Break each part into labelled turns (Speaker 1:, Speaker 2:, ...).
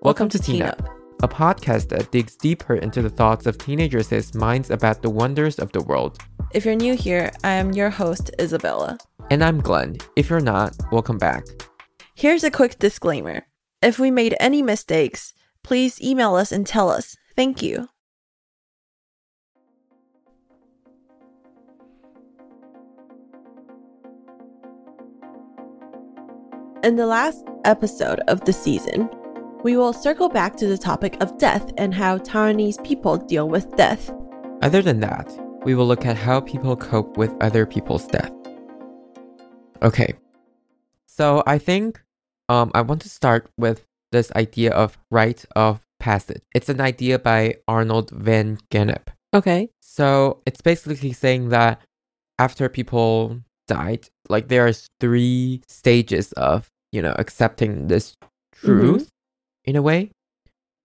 Speaker 1: Welcome to Teen Up, a podcast that digs deeper into the thoughts of teenagers' minds about the wonders of the world.
Speaker 2: If you're new here, I am your host, Isabella.
Speaker 1: And I'm Glenn. If you're not, welcome back.
Speaker 2: Here's a quick disclaimer if we made any mistakes, please email us and tell us. Thank you. In the last episode of the season, we will circle back to the topic of death and how Taiwanese people deal with death.
Speaker 1: Other than that, we will look at how people cope with other people's death. Okay. So I think um, I want to start with this idea of rite of passage. It's an idea by Arnold van Gennep.
Speaker 2: Okay.
Speaker 1: So it's basically saying that after people died, like there are three stages of, you know, accepting this truth in a way.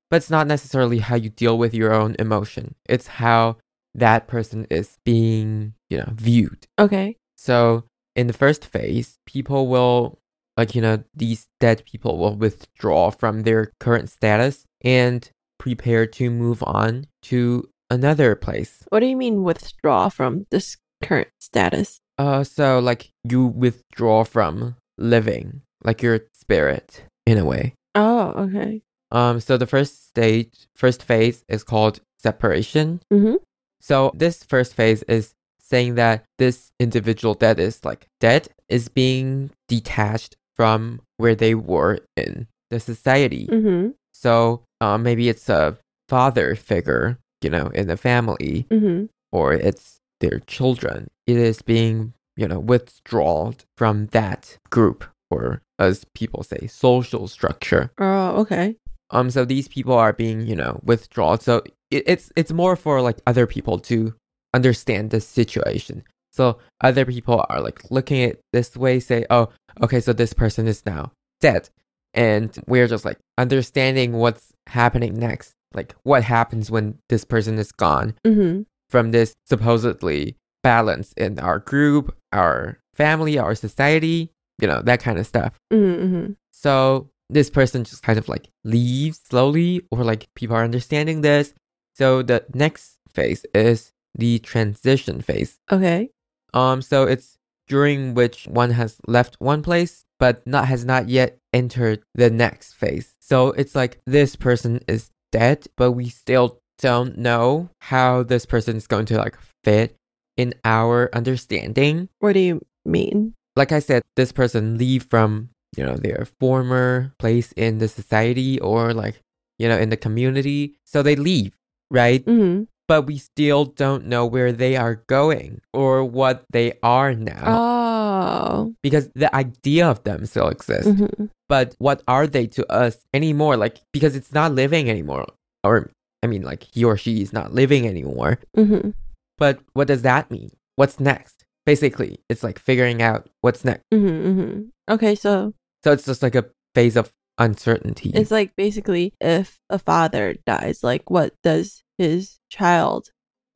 Speaker 1: But it's not necessarily how you deal with your own emotion. It's how that person is being, you know, viewed.
Speaker 2: Okay.
Speaker 1: So in the first phase, people will like you know these dead people will withdraw from their current status and prepare to move on to another place.
Speaker 2: What do you mean withdraw from this current status?
Speaker 1: Uh so like you withdraw from living, like your spirit in a way.
Speaker 2: Oh, okay.
Speaker 1: Um so the first stage, first phase is called separation.
Speaker 2: Mm-hmm.
Speaker 1: So this first phase is saying that this individual that is like dead is being detached from where they were in the society.
Speaker 2: Mm-hmm.
Speaker 1: So uh, maybe it's a father figure, you know, in the family,
Speaker 2: Mm-hmm.
Speaker 1: or it's their children. It is being, you know, withdrawn from that group, or as people say, social structure.
Speaker 2: Oh, okay.
Speaker 1: Um, so these people are being, you know, withdrawn. So it, it's it's more for like other people to understand the situation. So other people are like looking at this way, say, oh, okay, so this person is now dead, and we're just like understanding what's happening next, like what happens when this person is gone
Speaker 2: Mm-hmm.
Speaker 1: from this supposedly balance in our group, our family, our society, you know, that kind of stuff.
Speaker 2: Mm-hmm.
Speaker 1: So this person just kind of like leaves slowly, or like people are understanding this. So the next phase is the transition phase.
Speaker 2: Okay.
Speaker 1: Um, so it's during which one has left one place but not has not yet entered the next phase. So it's like this person is dead, but we still don't know how this person is going to like fit in our understanding
Speaker 2: What do you mean?
Speaker 1: like I said, this person leave from you know their former place in the society or like you know in the community, so they leave, right?
Speaker 2: Mm-hmm.
Speaker 1: But we still don't know where they are going or what they are
Speaker 2: Uh,
Speaker 1: now
Speaker 2: Oh.
Speaker 1: because the idea of them still exists.
Speaker 2: Mm-hmm.
Speaker 1: But what are they to us anymore? Like because it's not living anymore, or I mean, like he or she is not living anymore.
Speaker 2: Mm-hmm.
Speaker 1: But what does that mean? What's next? Basically, it's like figuring out what's next.
Speaker 2: Mm-hmm. Okay, so
Speaker 1: So it's just like a phase of uncertainty.
Speaker 2: it's like basically if a father dies, like what does his child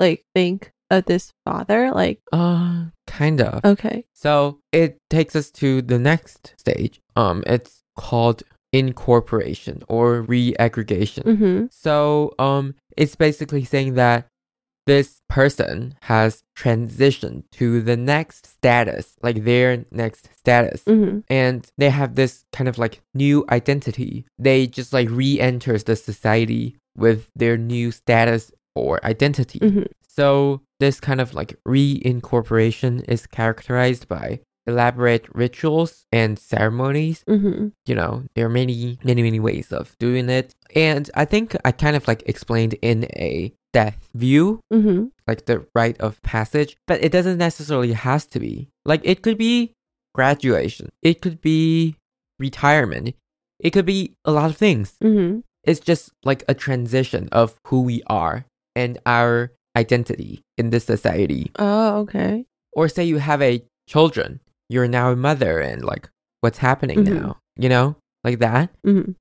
Speaker 2: like think of this father? Like
Speaker 1: uh kind of.
Speaker 2: okay.
Speaker 1: So it takes us to the next stage. Um it's called incorporation or reaggregation.
Speaker 2: Mm-hmm.
Speaker 1: So um it's basically saying that this person has transitioned to the next status, like their next status.
Speaker 2: Mm-hmm.
Speaker 1: And they have this kind of like new identity. They just like re-enters the society with their new status or identity.
Speaker 2: Mhm.
Speaker 1: So this kind of like reincorporation is characterized by elaborate rituals and ceremonies.
Speaker 2: Mm-hmm.
Speaker 1: You know, there are many, many, many ways of doing it. And I think I kind of like explained in a death view,
Speaker 2: Mm-hmm.
Speaker 1: like the rite of passage, but it doesn't necessarily has to be. Like it could be graduation. It could be retirement. It could be a lot of things
Speaker 2: Mm-hmm.
Speaker 1: it's just like a transition of who we are and our identity in this society.
Speaker 2: Oh, okay.
Speaker 1: Or say you have a children, you're now a mother and like what's happening
Speaker 2: Mhm.
Speaker 1: now, you know, like that.
Speaker 2: Mm-hmm.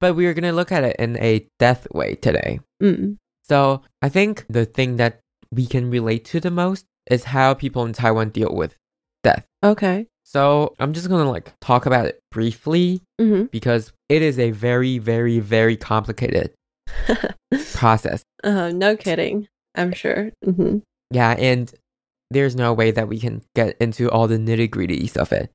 Speaker 1: But we are going to look at it in a death way today.
Speaker 2: Mm-hmm.
Speaker 1: So I think the thing that we can relate to the most is how people in Taiwan deal with death.
Speaker 2: Okay.
Speaker 1: So I'm just gonna like talk about it briefly
Speaker 2: hmm
Speaker 1: because it is a very, very, very complicated process.
Speaker 2: uh, no kidding. I'm sure. hmm
Speaker 1: Yeah, and there's no way that we can get into all the nitty gritties of it.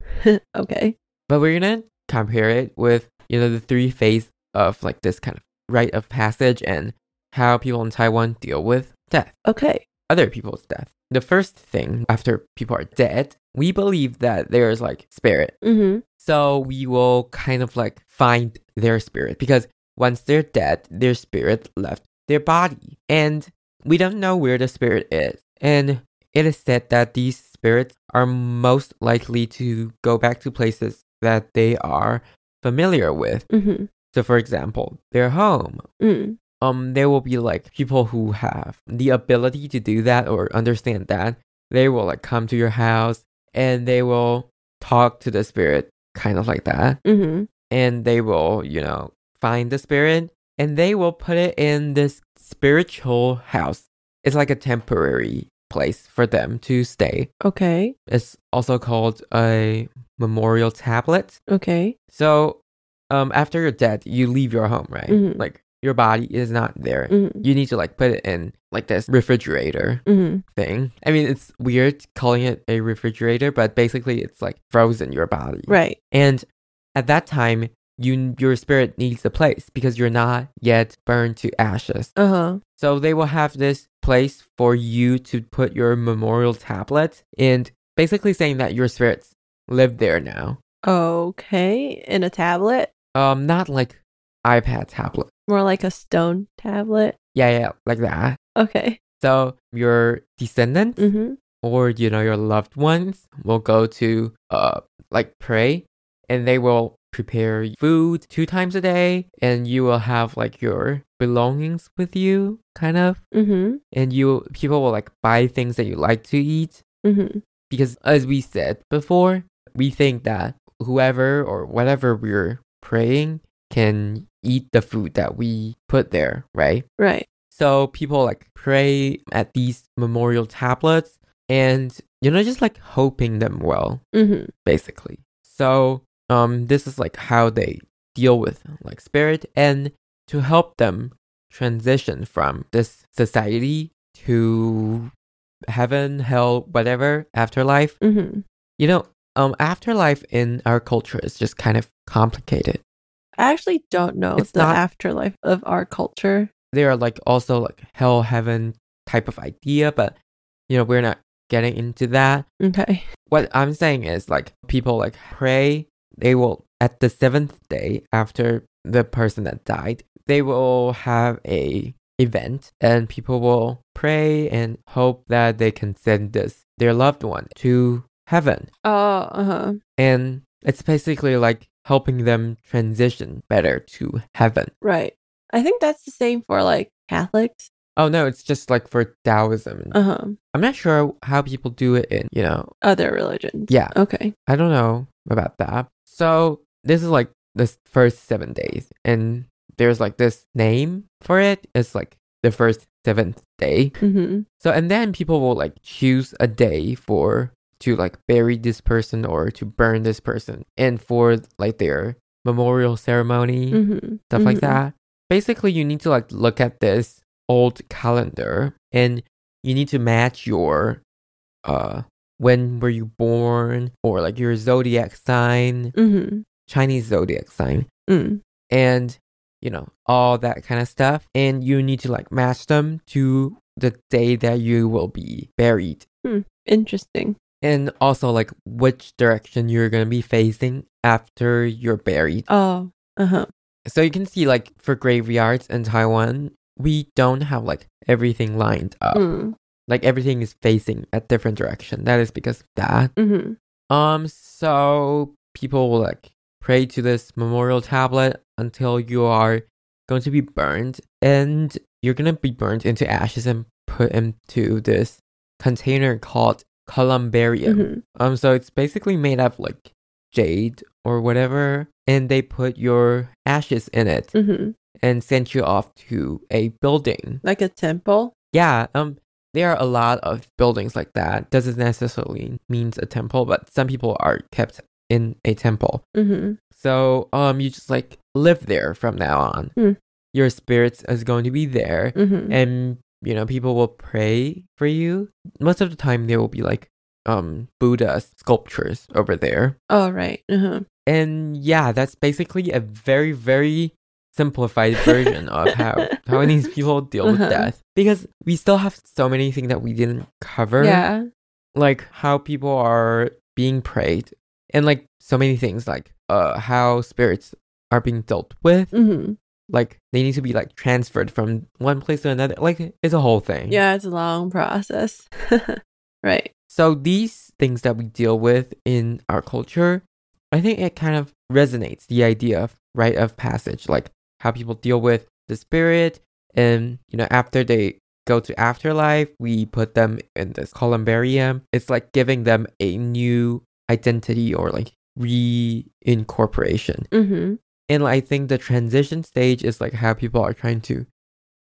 Speaker 2: Okay.
Speaker 1: But we're gonna compare it with, you know, the three phase of like this kind of rite of passage and how people in Taiwan deal with death.
Speaker 2: Okay.
Speaker 1: other people's death. The first thing after people are dead, we believe that there is like spirit.
Speaker 2: hmm
Speaker 1: So we will kind of like find their spirit because once they're dead, their spirit left their body and we don't know where the spirit is. And it is said that these spirits are most likely to go back to places that they are familiar with.
Speaker 2: hmm
Speaker 1: So for example, their home
Speaker 2: Mm.
Speaker 1: um there will be like people who have the ability to do that or understand that they will like come to your house and they will talk to the spirit kind of like that
Speaker 2: hmm
Speaker 1: and they will you know find the spirit and they will put it in this spiritual house it's like a temporary place for them to stay
Speaker 2: Okay.
Speaker 1: it's also called a memorial tablet
Speaker 2: Okay.
Speaker 1: so, um, after you're dead, you leave your home, right?
Speaker 2: Mhm.
Speaker 1: Like your body is not there.
Speaker 2: hmm
Speaker 1: You need to like put it in like this refrigerator
Speaker 2: hmm
Speaker 1: thing. I mean, it's weird calling it a refrigerator, but basically, it's like frozen your body.
Speaker 2: Right.
Speaker 1: And at that time, you your spirit needs a place because you're not yet burned to ashes.
Speaker 2: Uh huh.
Speaker 1: So they will have this place for you to put your memorial tablet, and basically saying that your spirits live there now.
Speaker 2: Okay. In a tablet,
Speaker 1: Um, not like iPad tablet.
Speaker 2: more like a stone tablet.
Speaker 1: Yeah, yeah, like that.
Speaker 2: Okay.
Speaker 1: So your descendants
Speaker 2: hmm
Speaker 1: or you know your loved ones will go to uh like pray, and they will prepare food two times a day, and you will have like your belongings with you, kind of,
Speaker 2: hmm
Speaker 1: and you people will like buy things that you like to eat
Speaker 2: hmm
Speaker 1: because as we said before, we think that whoever or whatever we're praying can eat the food that we put there, right?
Speaker 2: Right.
Speaker 1: So people like pray at these memorial tablets and you know just like hoping them well
Speaker 2: hmm
Speaker 1: basically. So um this is like how they deal with like spirit and to help them transition from this society to heaven, hell, whatever, afterlife.
Speaker 2: hmm
Speaker 1: You know, um afterlife in our culture is just kind of complicated.
Speaker 2: I actually don't know
Speaker 1: It's
Speaker 2: the
Speaker 1: not-
Speaker 2: afterlife of our culture.
Speaker 1: there are like also like hell heaven type of idea but you know we're not getting into that
Speaker 2: Okay.
Speaker 1: what i'm saying is like people like pray they will at the seventh day after the person that died they will have a event and people will pray and hope that they can send this their loved one to heaven
Speaker 2: Oh, uh huh.
Speaker 1: and it's basically like helping them transition better to heaven
Speaker 2: Right. I think that's the same for like Catholics.
Speaker 1: oh no it's just like for taoism
Speaker 2: Uh huh.
Speaker 1: I'm not sure how people do it in, you know,
Speaker 2: Other religions.
Speaker 1: yeah,
Speaker 2: Okay.
Speaker 1: I don't know about that. So this is like the s- first seven days, and there's like this name for it. It's like the first seventh day.
Speaker 2: hmm
Speaker 1: So and then people will like choose a day for to like bury this person or to burn this person, and for like their memorial ceremony
Speaker 2: hmm
Speaker 1: stuff like
Speaker 2: Mhm.
Speaker 1: that. Basically, you need to like look at this old calendar and you need to match your uh when were you born or like your zodiac sign,
Speaker 2: hmm
Speaker 1: Chinese zodiac sign
Speaker 2: Mm.
Speaker 1: and you know all that kind of stuff and you need to like match them to the day that you will be buried
Speaker 2: Interesting.
Speaker 1: and also like which direction you're going to be facing after you're buried
Speaker 2: Oh. Uh huh.
Speaker 1: so you can see like for graveyards in taiwan we don't have like everything lined up
Speaker 2: Mm.
Speaker 1: like everything is facing a different direction that is because of that
Speaker 2: hmm
Speaker 1: um so people will like pray to this memorial tablet until you are going to be burned and you're going to be burned into ashes and put into this container called columbarium
Speaker 2: hmm
Speaker 1: um, so it's basically made up like jade or whatever, and they put your ashes in it
Speaker 2: hmm
Speaker 1: and sent you off to a building.
Speaker 2: Like a temple.
Speaker 1: Yeah, um, there are a lot of buildings like that. Doesn't necessarily means a temple, but some people are kept in a temple.
Speaker 2: Mm-hmm.
Speaker 1: So um, you just like live there from now on.
Speaker 2: Hmm.
Speaker 1: Your spirits is going to be there,
Speaker 2: Mm-hmm.
Speaker 1: and you know people will pray for you. Most of the time, there will be like um Buddha sculptures over there,
Speaker 2: oh, right. Uh-huh.
Speaker 1: and yeah, that's basically a very very simplified version of how Taiwanese people deal
Speaker 2: Uh-huh.
Speaker 1: with death because we still have so many things that we didn't cover
Speaker 2: Yeah.
Speaker 1: like how people are being prayed and like so many things like uh how spirits are being dealt with
Speaker 2: Mm-hmm.
Speaker 1: like they need to be like transferred from one place to another like it's a whole thing
Speaker 2: Yeah, it's a long process. right.
Speaker 1: so these things that we deal with in our culture i think it kind of resonates the idea of rite of passage like how people deal with the spirit and you know after they go to afterlife we put them in this columbarium it's like giving them a new identity or like reincorporation
Speaker 2: Mm-hmm.
Speaker 1: and I think the transition stage is like how people are trying to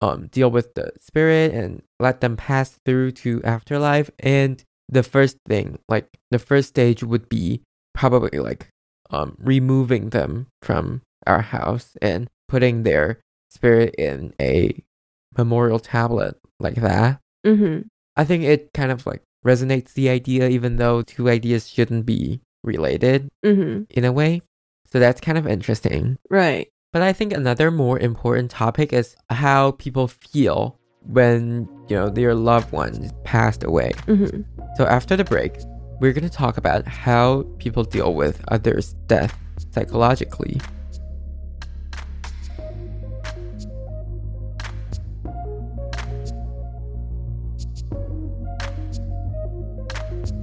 Speaker 1: um deal with the spirit and let them pass through to afterlife and the first thing like the first stage would be probably like um removing them from our house and putting their spirit in a memorial tablet like that
Speaker 2: Mm-hmm.
Speaker 1: I think it kind of like resonates the idea even though two ideas shouldn't be related
Speaker 2: Mm-hmm.
Speaker 1: in a way so that's kind of interesting
Speaker 2: Right.
Speaker 1: but I think another more important topic is how people feel when, you know, their loved ones passed away.
Speaker 2: Mm-hmm.
Speaker 1: So after the break, we're going to talk about how people deal with others' death psychologically.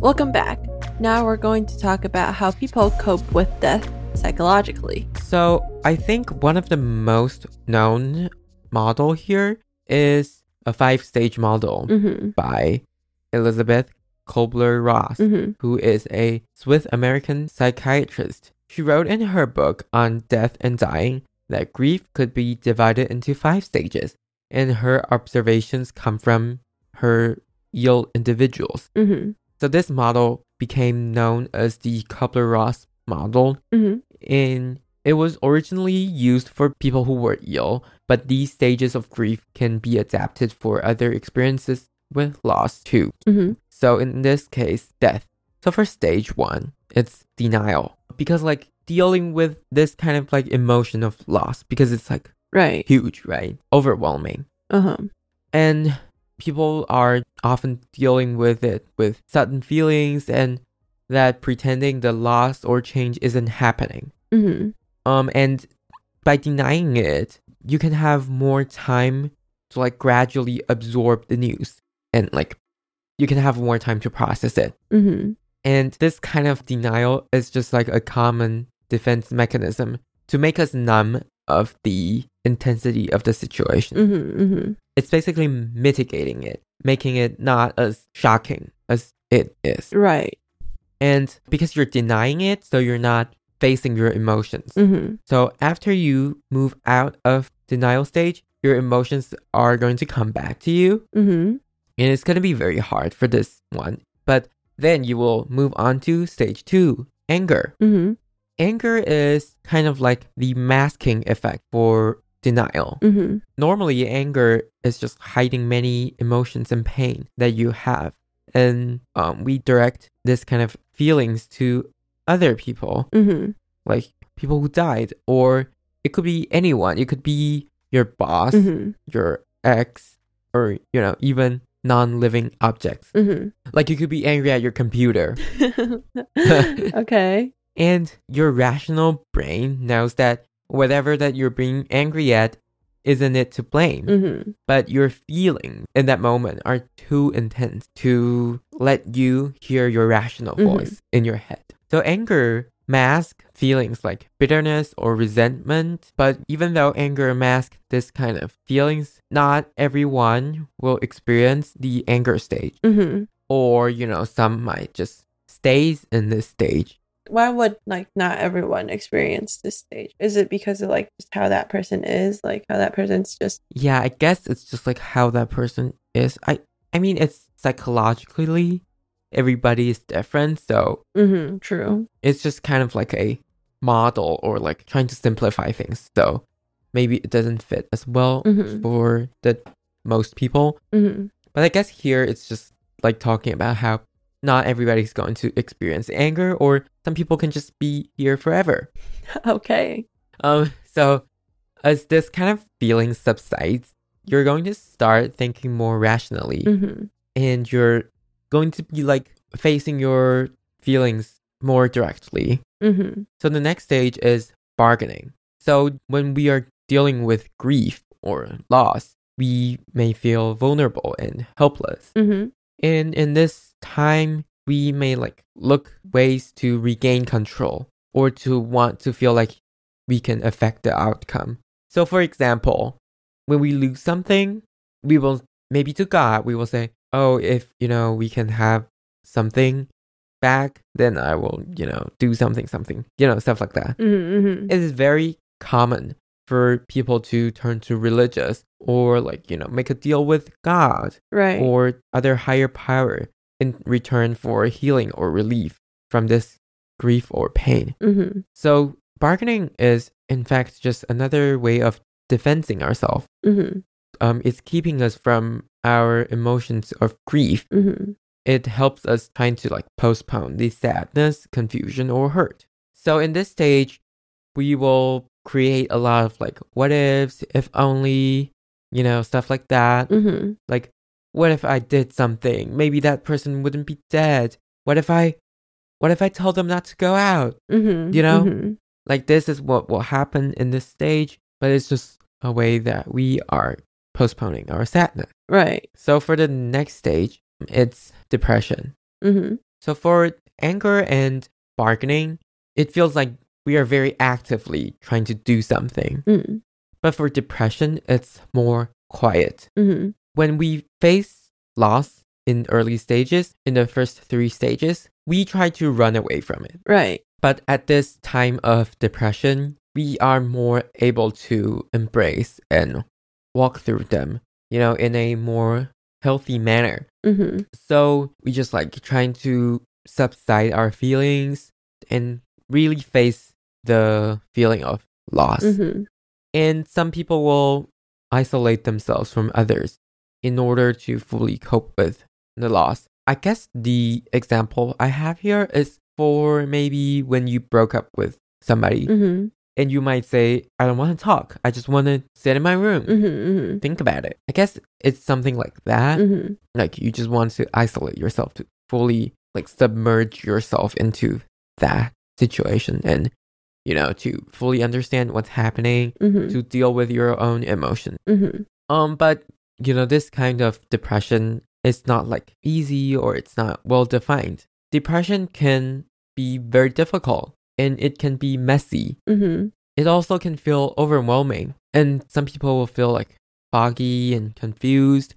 Speaker 2: Welcome back. Now we're going to talk about how people cope with death psychologically.
Speaker 1: So I think one of the most known model here is a five-stage model
Speaker 2: Mm-hmm.
Speaker 1: by Elizabeth Kobler-Ross.
Speaker 2: Mm-hmm.
Speaker 1: who is a Swiss American psychiatrist. She wrote in her book on death and dying that grief could be divided into five stages, and her observations come from her ill individuals.
Speaker 2: Mm-hmm.
Speaker 1: So this model became known as the Kubler-Ross model,
Speaker 2: Mm-hmm.
Speaker 1: and it was originally used for people who were ill, but these stages of grief can be adapted for other experiences with loss too.
Speaker 2: Mm-hmm.
Speaker 1: So in this case, death. So for stage one, it's denial. Because like dealing with this kind of like emotion of loss, because it's like
Speaker 2: Right.
Speaker 1: huge, right? Overwhelming.
Speaker 2: Uh-huh.
Speaker 1: And people are often dealing with it with sudden feelings and that pretending the loss or change isn't happening.
Speaker 2: Mm-hmm.
Speaker 1: Um and by denying it, you can have more time to like gradually absorb the news and like you can have more time to process it.
Speaker 2: Mm-hmm.
Speaker 1: And this kind of denial is just like a common defense mechanism to make us numb of the intensity of the situation.
Speaker 2: Mm-hmm. Mm-hmm.
Speaker 1: It's basically mitigating it, making it not as shocking as it is.
Speaker 2: Right.
Speaker 1: And because you're denying it, so you're not facing your emotions.
Speaker 2: Mm-hmm.
Speaker 1: So after you move out of denial stage, your emotions are going to come back to you
Speaker 2: Mm-hmm.
Speaker 1: and it's going to be very hard for this one. But then you will move on to stage two anger.
Speaker 2: Mm-hmm.
Speaker 1: Anger is kind of like the masking effect for denial.
Speaker 2: Mm-hmm.
Speaker 1: Normally, anger is just hiding many emotions and pain that you have. And um, we direct this kind of feelings to other people,
Speaker 2: Mm-hmm.
Speaker 1: like people who died, or it could be anyone. It could be your boss,
Speaker 2: Mm-hmm.
Speaker 1: your ex, or, you know, even non living objects.
Speaker 2: Mm-hmm.
Speaker 1: Like you could be angry at your computer.
Speaker 2: mm-hmm. okay.
Speaker 1: And your rational brain knows that whatever that you're being angry at isn't it to blame.
Speaker 2: Mm-hmm.
Speaker 1: But your feelings in that moment are too intense to let you hear your rational
Speaker 2: Mhm.
Speaker 1: voice in your head. So anger masks feelings like bitterness or resentment. But even though anger masks this kind of feelings, not everyone will experience the anger stage.
Speaker 2: Mm-hmm.
Speaker 1: or you know some might just stays in this stage
Speaker 2: Why would like not everyone experience this stage? Is it because of like just how that person is, like how that person's just
Speaker 1: yeah i guess it's just like how that person is i I mean, it's psychologically everybody is different, so
Speaker 2: Mm-hmm. True.
Speaker 1: it's just kind of like a model or like trying to simplify things. So maybe it doesn't fit as well
Speaker 2: Mhm.
Speaker 1: for the most people.
Speaker 2: Mm-hmm.
Speaker 1: But I guess here it's just like talking about how not everybody's going to experience anger or some people can just be here forever.
Speaker 2: Okay.
Speaker 1: Um so as this kind of feeling subsides, you're going to start thinking more rationally
Speaker 2: Mm-hmm.
Speaker 1: and you're going to be like facing your feelings more directly.
Speaker 2: Mm-hmm.
Speaker 1: So the next stage is bargaining. So when we are dealing with grief or loss, we may feel vulnerable and helpless.
Speaker 2: Mm-hmm.
Speaker 1: And in this time, we may like look ways to regain control or to want to feel like we can affect the outcome. So for example, when we lose something, we will maybe to God, we will say, "Oh, if, you know, we can have something back, then I will, you know, do something something." You know, stuff like that
Speaker 2: Mm-hmm.
Speaker 1: it is very common for people to turn to religious or like you know make a deal with god
Speaker 2: Right.
Speaker 1: or other higher power in return for healing or relief from this grief or pain
Speaker 2: mm-hmm.
Speaker 1: so bargaining is in fact just another way of defending ourselves
Speaker 2: Mm-hmm.
Speaker 1: um, it's keeping us from our emotions of grief
Speaker 2: Mm-hmm.
Speaker 1: it helps us trying to like postpone the sadness, confusion, or hurt. So in this stage, we will create a lot of like what ifs, if only, you know, stuff like that.
Speaker 2: Mm-hmm.
Speaker 1: Like, what if I did something? Maybe that person wouldn't be dead. What if I, what if I told them not to go out?
Speaker 2: Mm-hmm.
Speaker 1: You know?
Speaker 2: Mm-hmm.
Speaker 1: Like this is what will happen in this stage, but it's just a way that we are postponing our sadness.
Speaker 2: Right.
Speaker 1: So for the next stage, it's depression.
Speaker 2: Mm-hmm.
Speaker 1: So for anger and bargaining, it feels like we are very actively trying to do something.
Speaker 2: Mm-hmm.
Speaker 1: But for depression, it's more quiet.
Speaker 2: mm-hmm.
Speaker 1: When we face loss in early stages, in the first three stages, we try to run away from it.
Speaker 2: Right.
Speaker 1: But at this time of depression, we are more able to embrace and walk through them, you know, in a more healthy manner.
Speaker 2: Mm-hmm.
Speaker 1: So we just like trying to subside our feelings and really face the feeling of loss.
Speaker 2: Mm-hmm.
Speaker 1: And some people will isolate themselves from others in order to fully cope with the loss. I guess the example I have here is for maybe when you broke up with somebody
Speaker 2: Mm-hmm.
Speaker 1: and you might say, I don't want to talk. I just want to sit in my room,
Speaker 2: Mm-hmm.
Speaker 1: think about it. I guess it's something like that
Speaker 2: Mm-hmm.
Speaker 1: like you just want to isolate yourself to fully like submerge yourself into that situation and you know to fully understand what's happening
Speaker 2: Mm-hmm.
Speaker 1: to deal with your own emotion
Speaker 2: Mm-hmm.
Speaker 1: um but you know this kind of depression is not like easy or it's not well defined depression can be very difficult and it can be messy
Speaker 2: Mm-hmm.
Speaker 1: it also can feel overwhelming, and some people will feel like foggy and confused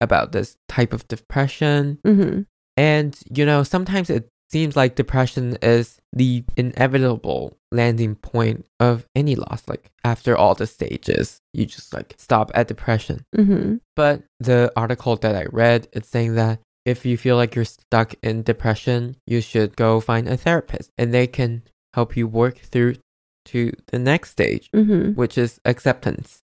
Speaker 1: about this type of depression.
Speaker 2: Mm-hmm.
Speaker 1: And, you know, sometimes it seems like depression is the inevitable landing point of any loss. Like, after all the stages, you just like stop at depression.
Speaker 2: Mm-hmm.
Speaker 1: But the article that I read, it's saying that if you feel like you're stuck in depression, you should go find a therapist and they can help you work through to the next stage
Speaker 2: Mm-hmm.
Speaker 1: which is acceptance.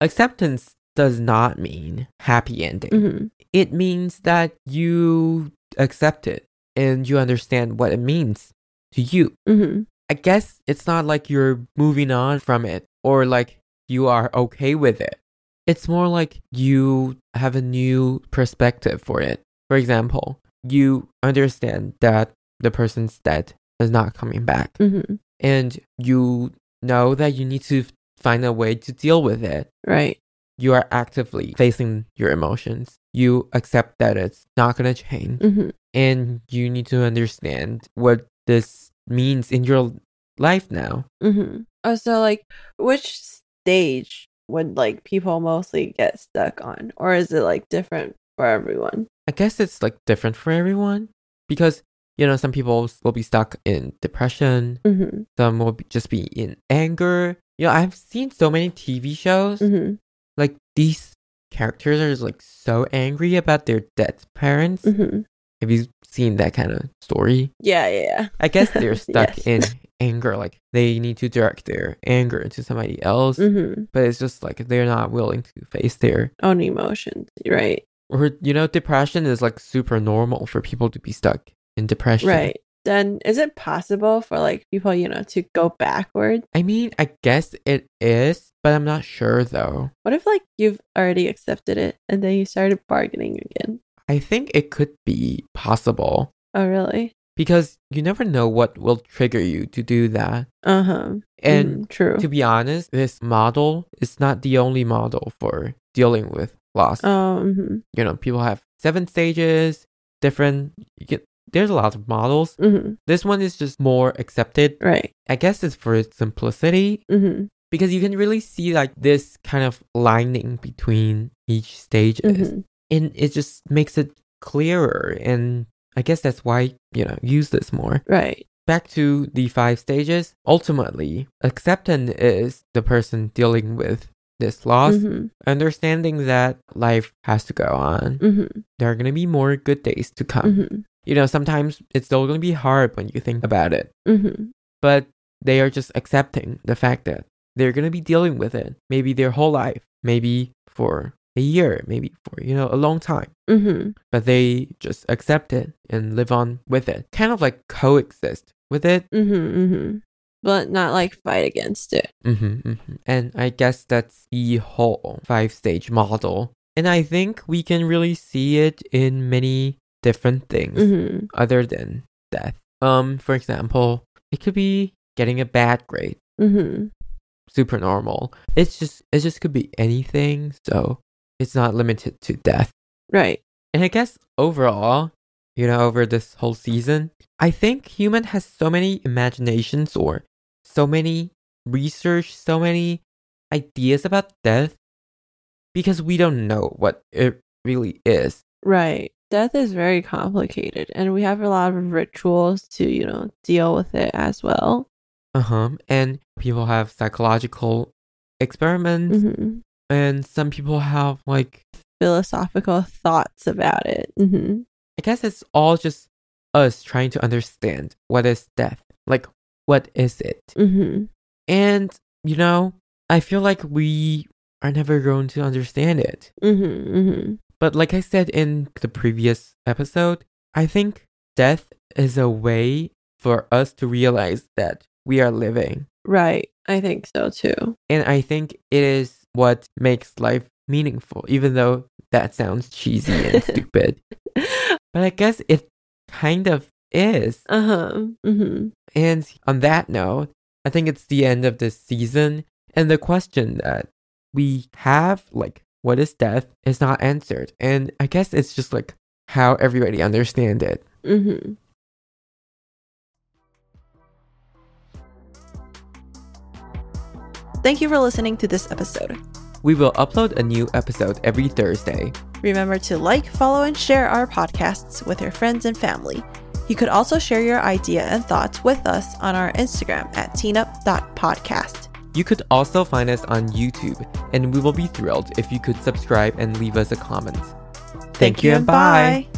Speaker 1: Acceptance does not mean happy ending.
Speaker 2: Mm-hmm.
Speaker 1: It means that you accept it and you understand what it means to you.
Speaker 2: Mm-hmm.
Speaker 1: I guess it's not like you're moving on from it or like you are okay with it. It's more like you have a new perspective for it. For example, you understand that the person's dead is not coming back
Speaker 2: Mm-hmm.
Speaker 1: and you know that you need to find a way to deal with it.
Speaker 2: Right.
Speaker 1: You are actively facing your emotions. You accept that it's not going to change,
Speaker 2: Mm-hmm.
Speaker 1: and you need to understand what this means in your life now.
Speaker 2: Mm-hmm. Oh, so like which stage would like people mostly get stuck on? Or is it like different for everyone?
Speaker 1: I guess it's like different for everyone because, you know, some people will be stuck in depression,
Speaker 2: Mm-hmm.
Speaker 1: some will be, just be in anger. You know, I've seen so many TV shows
Speaker 2: Mm-hmm.
Speaker 1: like these characters are just, like so angry about their dead parents.
Speaker 2: hmm
Speaker 1: Have you seen that kind of story?
Speaker 2: Yeah, yeah, yeah.
Speaker 1: I guess they're stuck
Speaker 2: Yes.
Speaker 1: in anger. Like they need to direct their anger to somebody else,
Speaker 2: Mm-hmm.
Speaker 1: but it's just like they're not willing to face their
Speaker 2: Own emotions, right?
Speaker 1: or you know, depression is like super normal for people to be stuck in depression.
Speaker 2: Right. Then is it possible for like people, you know, to go backward?
Speaker 1: I mean, I guess it is, but I'm not sure though.
Speaker 2: What if like you've already accepted it and then you started bargaining again?
Speaker 1: I think it could be possible
Speaker 2: Oh, really?
Speaker 1: because you never know what will trigger you to do that.
Speaker 2: Uh huh.
Speaker 1: And
Speaker 2: true.
Speaker 1: to be honest, this model is not the only model for dealing with loss.
Speaker 2: Um, mhm,
Speaker 1: you know people have seven stages different you get, there's a lot of models
Speaker 2: mhm,
Speaker 1: this one is just more accepted
Speaker 2: right.
Speaker 1: i guess it's for its simplicity
Speaker 2: hmm
Speaker 1: because you can really see like this kind of lining between each stages
Speaker 2: hmm
Speaker 1: and it just makes it clearer and i guess that's why you know use this more
Speaker 2: Right.
Speaker 1: back to the five stages ultimately acceptance is the person dealing with this loss
Speaker 2: hmm
Speaker 1: understanding that life has to go on
Speaker 2: hmm
Speaker 1: there are going to be more good days to come.
Speaker 2: hmm
Speaker 1: You know, sometimes it's still going to be hard when you think about it,
Speaker 2: hmm
Speaker 1: but they are just accepting the fact that they're going to be dealing with it maybe their whole life, maybe for a year, maybe for, you know, a long time.
Speaker 2: hmm
Speaker 1: But they just accept it and live on with it, kind of like coexist with it.
Speaker 2: hmm But not like fight against it.
Speaker 1: hmm And I guess that's the whole five stage model. And I think we can really see it in many different things.
Speaker 2: hmm
Speaker 1: other than death. Um, for example, it could be getting a bad grade,
Speaker 2: hmm
Speaker 1: super normal. It's just it just could be anything, so it's not limited to death.
Speaker 2: Right.
Speaker 1: And I guess overall, you know, over this whole season, I think human has so many imaginations or so many research, so many ideas about death because we don't know what it really is.
Speaker 2: Right. Death is very complicated, and we have a lot of rituals to, you know, deal with it as well.
Speaker 1: Uh-huh. And people have psychological experiments
Speaker 2: hmm
Speaker 1: and some people have like
Speaker 2: Philosophical thoughts about it. hmm
Speaker 1: I guess it's all just us trying to understand what is death. Like what is it?
Speaker 2: hmm
Speaker 1: And you know, I feel like we are never going to understand it.
Speaker 2: hmm hmm
Speaker 1: But like I said in the previous episode, I think death is a way for us to realize that we are living.
Speaker 2: Right. I think so too.
Speaker 1: And I think it is what makes life meaningful, even though that sounds cheesy and stupid. But I guess it kind of is.
Speaker 2: Uh huh. hmm
Speaker 1: And on that note, I think it's the end of this season. And the question that we have, like, what is death, is not answered. And I guess it's just like how everybody understand it.
Speaker 2: hmm Thank you for listening to this episode.
Speaker 1: We will upload a new episode every Thursday.
Speaker 2: Remember to like, follow, and share our podcasts with your friends and family. You could also share your idea and thoughts with us on our Instagram at teenup.podcast.
Speaker 1: You could also find us on YouTube, and we will be thrilled if you could subscribe and leave us a comment. Thank,
Speaker 2: Thank you and bye.